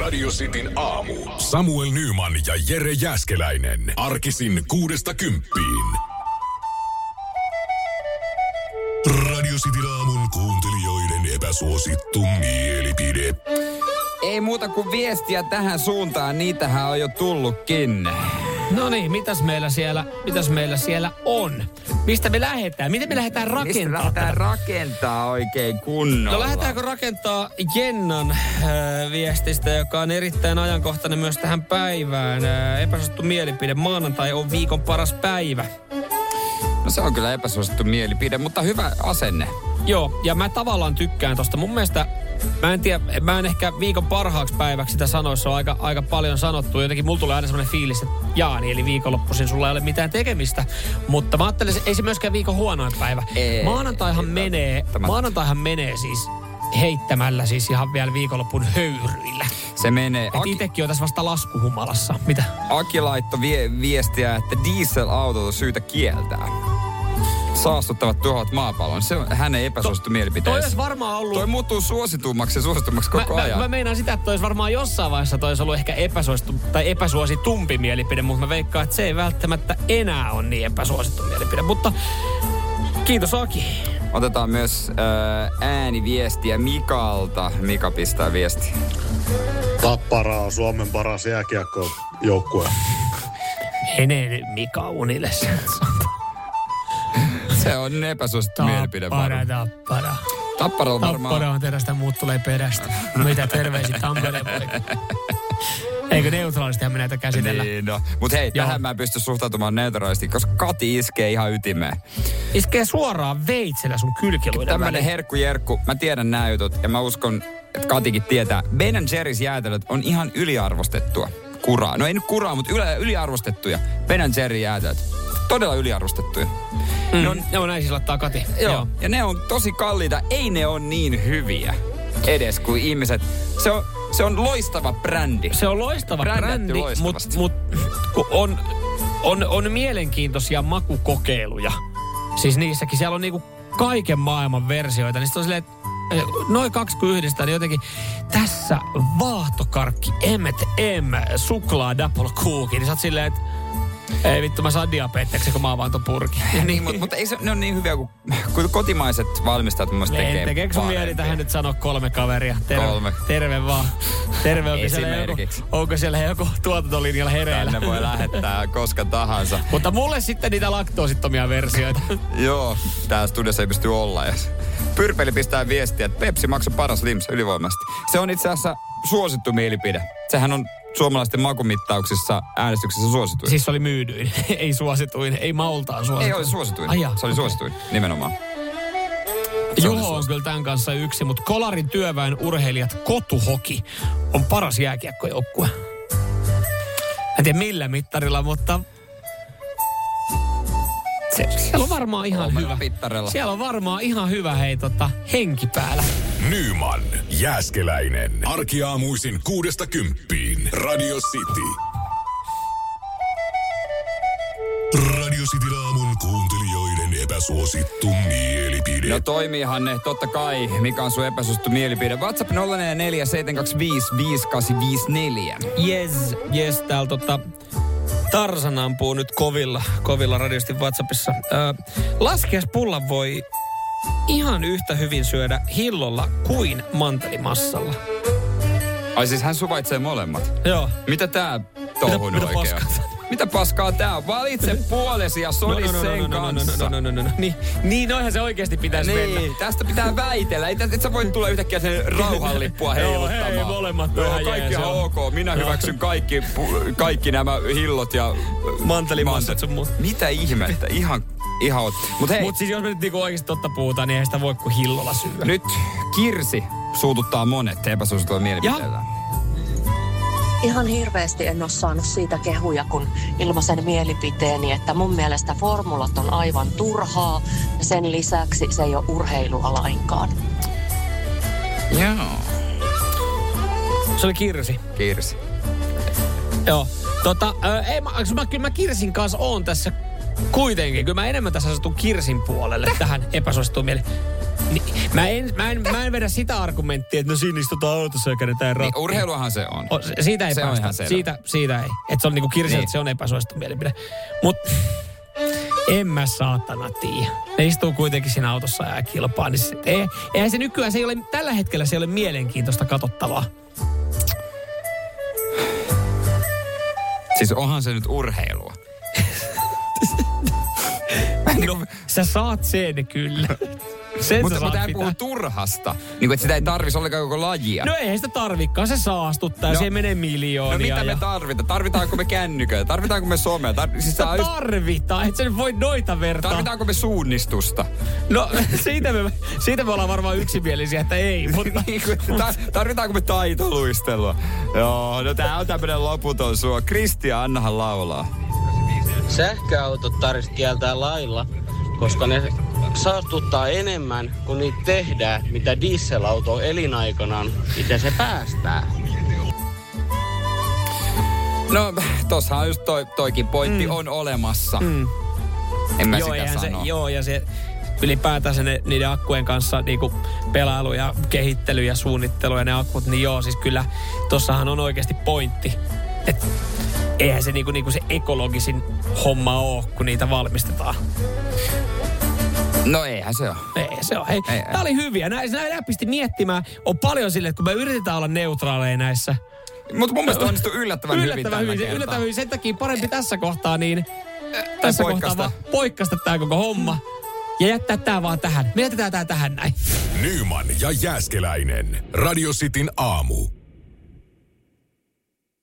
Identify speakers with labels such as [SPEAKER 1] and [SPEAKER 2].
[SPEAKER 1] Radio Cityn aamu. Samuel Nyman ja Jere Jäskeläinen. Arkisin kuudesta kymppiin. Radio Cityn aamun kuuntelijoiden epäsuosittu mielipide.
[SPEAKER 2] Ei muuta kuin viestiä tähän suuntaan, niitähän on jo tullutkin.
[SPEAKER 3] No niin, mitäs meillä siellä, mitäs meillä siellä on? Mistä me lähdetään? Miten me lähdetään
[SPEAKER 2] Mistä
[SPEAKER 3] rakentamaan?
[SPEAKER 2] lähdetään
[SPEAKER 3] tätä?
[SPEAKER 2] rakentaa oikein kunnolla?
[SPEAKER 3] No lähdetäänkö rakentaa Jennan äh, viestistä, joka on erittäin ajankohtainen myös tähän päivään. Äh, epäsuosittu mielipide, maanantai on viikon paras päivä.
[SPEAKER 2] No se on kyllä epäsuosittu mielipide, mutta hyvä asenne.
[SPEAKER 3] Joo, ja mä tavallaan tykkään tosta. Mun mielestä, mä en tiedä, mä en ehkä viikon parhaaksi päiväksi sitä sanoissa on aika, aika paljon sanottu. Jotenkin mulla tulee aina semmoinen fiilis, että jaani, eli viikonloppuisin sulla ei ole mitään tekemistä. Mutta mä ajattelin, että ei se myöskään viikon huonoin päivä.
[SPEAKER 2] Ei,
[SPEAKER 3] maanantaihan,
[SPEAKER 2] ei
[SPEAKER 3] menee,
[SPEAKER 2] välttämättä.
[SPEAKER 3] maanantaihan menee siis heittämällä siis ihan vielä viikonlopun höyryillä.
[SPEAKER 2] Se menee.
[SPEAKER 3] Et itekin on tässä vasta laskuhumalassa. Mitä?
[SPEAKER 2] Aki laittoi vie- viestiä, että dieselautot on syytä kieltää. Saastuttavat tuhat maapallon. Se on hänen epäsuosittu
[SPEAKER 3] Toi
[SPEAKER 2] mielipiteensä.
[SPEAKER 3] olisi varmaan ollut...
[SPEAKER 2] Toi muuttuu suositummaksi ja suositummaksi koko
[SPEAKER 3] mä,
[SPEAKER 2] ajan.
[SPEAKER 3] Mä, mä meinaan sitä, että olisi varmaan jossain vaiheessa toi olisi ollut ehkä epäsuosittu, tai epäsuositumpi mielipide, mutta mä veikkaan, että se ei välttämättä enää ole niin epäsuosittu mielipide. Mutta kiitos Aki.
[SPEAKER 2] Otetaan myös äh, ääniviestiä Mikalta. Mika pistää viesti.
[SPEAKER 4] Tappara on Suomen paras jääkiekkojoukkue.
[SPEAKER 3] Mene nyt Mika unille.
[SPEAKER 2] Se on epäsuosittu mielipide.
[SPEAKER 3] Tappara,
[SPEAKER 2] varmaan.
[SPEAKER 3] tappara.
[SPEAKER 2] Tappara on
[SPEAKER 3] Tappara
[SPEAKER 2] varmaan.
[SPEAKER 3] on terästä, muut tulee perästä. Mitä terveisiä Tampereen poika. Eikö neutraalistihan me näitä käsitellä?
[SPEAKER 2] Niin, no. Mut hei,
[SPEAKER 3] Joo.
[SPEAKER 2] tähän mä en pysty suhtautumaan neutraalisti, koska Kati iskee ihan ytimeen.
[SPEAKER 3] Iskee suoraan veitsellä sun kylkiluiden
[SPEAKER 2] Tämmönen
[SPEAKER 3] väliin.
[SPEAKER 2] herkkujerkku, mä tiedän nää jutut ja mä uskon, että Katikin tietää. Ben Jerry's jäätelöt on ihan yliarvostettua kuraa. No ei nyt kuraa, mutta yle, yliarvostettuja. Ben Jerry jäätelöt. Todella yliarvostettuja.
[SPEAKER 3] Mm. No, joo, näin siis laittaa Kati.
[SPEAKER 2] Joo. Joo. Ja ne on tosi kalliita. Ei ne on niin hyviä edes kuin ihmiset. Se on, se on loistava brändi.
[SPEAKER 3] Se on loistava
[SPEAKER 2] Brändätty
[SPEAKER 3] brändi, mutta
[SPEAKER 2] loistavasti.
[SPEAKER 3] mut, kun on, on, on mielenkiintoisia makukokeiluja. Siis niissäkin siellä on niinku kaiken maailman versioita. Niin sit on silleen, että noin kaksi kun yhdistää, niin jotenkin tässä vaahtokarkki M&M suklaa double cookie. Niin sä oot silleen, että ei vittu, mä saan diabeteksen, kun mä avaan ton purkin.
[SPEAKER 2] Niin, mutta, mutta ei se, ne on niin hyviä kuin, kuin kotimaiset valmistajat mun mielestä tekee.
[SPEAKER 3] Tekeekö Niin, sun mieli
[SPEAKER 2] parempia.
[SPEAKER 3] tähän nyt sanoa kolme kaveria? Terve,
[SPEAKER 2] Kolme.
[SPEAKER 3] terve vaan. Terve, onko siellä, joku,
[SPEAKER 2] Esimerkiksi.
[SPEAKER 3] onko siellä joku tuotantolinjalla hereillä?
[SPEAKER 2] Tänne voi lähettää koska tahansa.
[SPEAKER 3] Mutta mulle sitten niitä laktoosittomia versioita.
[SPEAKER 2] Joo, tää studiossa ei pysty olla. Ja pyrpeli pistää viestiä, että Pepsi maksaa paras lims ylivoimaisesti. Se on itse asiassa suosittu mielipide. Sehän on suomalaisten makumittauksissa äänestyksessä suosituin.
[SPEAKER 3] siis se oli myydyin, ei suosituin, ei maultaan suosituin.
[SPEAKER 2] ei, oli suosituin.
[SPEAKER 3] Ai jaa,
[SPEAKER 2] se oli
[SPEAKER 3] okei.
[SPEAKER 2] suosituin, nimenomaan. Se oli
[SPEAKER 3] Juho on
[SPEAKER 2] suosituin.
[SPEAKER 3] kyllä tämän kanssa yksi, mutta Kolarin työväen urheilijat Kotuhoki on paras jääkiekkojoukkue. En tiedä millä mittarilla, mutta se, siellä on varmaan ihan
[SPEAKER 2] Kolmella
[SPEAKER 3] hyvä.
[SPEAKER 2] pittarella.
[SPEAKER 3] Siellä on varmaan ihan hyvä hei, tota, henki päällä.
[SPEAKER 1] Nyman, Jääskeläinen. Arkiaamuisin kuudesta kymppiin. Radio City. Radio Cityn aamun kuuntelijoiden epäsuosittu mielipide.
[SPEAKER 2] No toimiihan ne, totta kai, mikä on sun epäsuosittu mielipide. WhatsApp 044 725 5854.
[SPEAKER 3] Yes, yes, täällä tota, Tarsan ampuu nyt kovilla, kovilla radiosti WhatsAppissa. Ö, laskiaispullan voi ihan yhtä hyvin syödä hillolla kuin mantelimassalla.
[SPEAKER 2] Ai siis hän suvaitsee molemmat.
[SPEAKER 3] Joo.
[SPEAKER 2] Mitä tää touhu
[SPEAKER 3] mitä
[SPEAKER 2] nyt oikein on?
[SPEAKER 3] paskaa?
[SPEAKER 2] Mitä paskaa tää on? Valitse puolesi ja sodi sen kanssa.
[SPEAKER 3] No, no, no, no, no, no. Niin, niin, noihän se oikeasti pitäisi mennä.
[SPEAKER 2] Niin, tästä pitää väitellä. Ei, tä- et sä voi tulla yhtäkkiä sen rauhanlippua
[SPEAKER 3] Joo,
[SPEAKER 2] heiluttamaan.
[SPEAKER 3] hei, molemmat on
[SPEAKER 2] Joo,
[SPEAKER 3] ihan
[SPEAKER 2] kaikki
[SPEAKER 3] jees,
[SPEAKER 2] on
[SPEAKER 3] joo.
[SPEAKER 2] ok. Minä hyväksyn kaikki, pu- kaikki nämä hillot ja...
[SPEAKER 3] Mantelimassat
[SPEAKER 2] mantel-
[SPEAKER 3] sun muut.
[SPEAKER 2] Mitä ihmettä? Ihan, ihan ot. Mut hei,
[SPEAKER 3] Mutta siis jos me nyt niinku oikeasti totta puhutaan, niin eihän sitä voi kuin hillolla syödä.
[SPEAKER 2] nyt Kirsi suututtaa monet epäsuosituilla mielipiteillä.
[SPEAKER 5] Ihan hirveästi en ole saanut siitä kehuja, kun ilmaisen mielipiteeni, että mun mielestä formulat on aivan turhaa ja sen lisäksi se ei ole urheilua lainkaan.
[SPEAKER 2] Joo.
[SPEAKER 3] Se oli kirsi.
[SPEAKER 2] Kirsi.
[SPEAKER 3] Joo. Tota, ö, ei, mä, mä, kyllä mä Kirsin kanssa oon tässä kuitenkin. Kyllä mä enemmän tässä asetun Kirsin puolelle tähän epäsuosittuun mieleen. Ni, mä, en, mä, en, mä en vedä sitä argumenttia, että no siinä istutaan autossa ja kädetään
[SPEAKER 2] Niin
[SPEAKER 3] rattiin.
[SPEAKER 2] urheiluahan se on.
[SPEAKER 3] O, se- siitä ei
[SPEAKER 2] Se on ihan
[SPEAKER 3] päästä.
[SPEAKER 2] selvä.
[SPEAKER 3] Siitä, siitä ei. Että se on niinku kirsi,
[SPEAKER 2] Niin.
[SPEAKER 3] niin. se on epäsuosittu mielipide. Mut en mä saatana tiedä. Ne istuu kuitenkin siinä autossa ja kilpaa. Niin se, ei, eihän se nykyään, se ei ole, tällä hetkellä se ei ole mielenkiintoista katsottavaa.
[SPEAKER 2] Siis onhan se nyt urheilua.
[SPEAKER 3] No, sä saat sen kyllä. Sen
[SPEAKER 2] Mutta,
[SPEAKER 3] sä
[SPEAKER 2] mutta
[SPEAKER 3] saat
[SPEAKER 2] hän puhuu
[SPEAKER 3] pitää.
[SPEAKER 2] turhasta. Niin kuin, että sitä ei tarvisi ollenkaan koko lajia.
[SPEAKER 3] No niin, eihän sitä tarvikaan, se saastuttaa,
[SPEAKER 2] No.
[SPEAKER 3] no. se menee
[SPEAKER 2] No
[SPEAKER 3] miljoonia.
[SPEAKER 2] mitä me
[SPEAKER 3] ja...
[SPEAKER 2] tarvitaan? Tarvitaanko me kännyköitä? Tarvitaanko me somea? Tar- siis tää on just,
[SPEAKER 3] tarvitaan, et sä nyt voi noita vertaa.
[SPEAKER 2] tarvitaanko me suunnistusta?
[SPEAKER 3] No siitä me, siitä me ollaan varmaan yksimielisiä, että ei, mutta...
[SPEAKER 2] Niin kuin, tar- tarvitaanko me taitoluistelua? Joo, no tää on tämmönen loputon suo. Kristian, annahan laulaa.
[SPEAKER 6] Sähköautot tarvitsisi kieltää lailla, koska ne saastuttaa enemmän, kun niitä tehdään, mitä dieselauto elinaikanaan, mitä se päästää.
[SPEAKER 2] No, tossahan just toi, toikin pointti mm. on olemassa. Mm. En mä
[SPEAKER 3] joo,
[SPEAKER 2] sitä
[SPEAKER 3] eihän
[SPEAKER 2] sano.
[SPEAKER 3] Se, joo, ja se ylipäätään se ne, niiden akkujen kanssa niinku pelailu ja kehittely ja suunnittelu ja ne akkut, niin joo, siis kyllä tossahan on oikeasti pointti. Et, eihän se niinku, niinku se ekologisin homma oo, kun niitä valmistetaan.
[SPEAKER 2] No eihän se ole.
[SPEAKER 3] Ei, se on. Hei,
[SPEAKER 2] Ei, ei.
[SPEAKER 3] tää oli hyviä. Näin, näin, näin pisti miettimään. On paljon sille, että kun me yritetään olla neutraaleja näissä.
[SPEAKER 2] Mutta mun mielestä onnistui yllättävän,
[SPEAKER 3] yllättävän
[SPEAKER 2] hyvin
[SPEAKER 3] hyvin.
[SPEAKER 2] tällä kertaa.
[SPEAKER 3] Yllättävän hyvin. Sen takia parempi tässä kohtaa niin tässä
[SPEAKER 2] poikkasta.
[SPEAKER 3] kohtaa vaan poikkasta tää koko homma. Ja jättää tää vaan tähän. Me jätetään tää tähän näin.
[SPEAKER 1] Nyman ja Jääskeläinen. Radio Cityn aamu.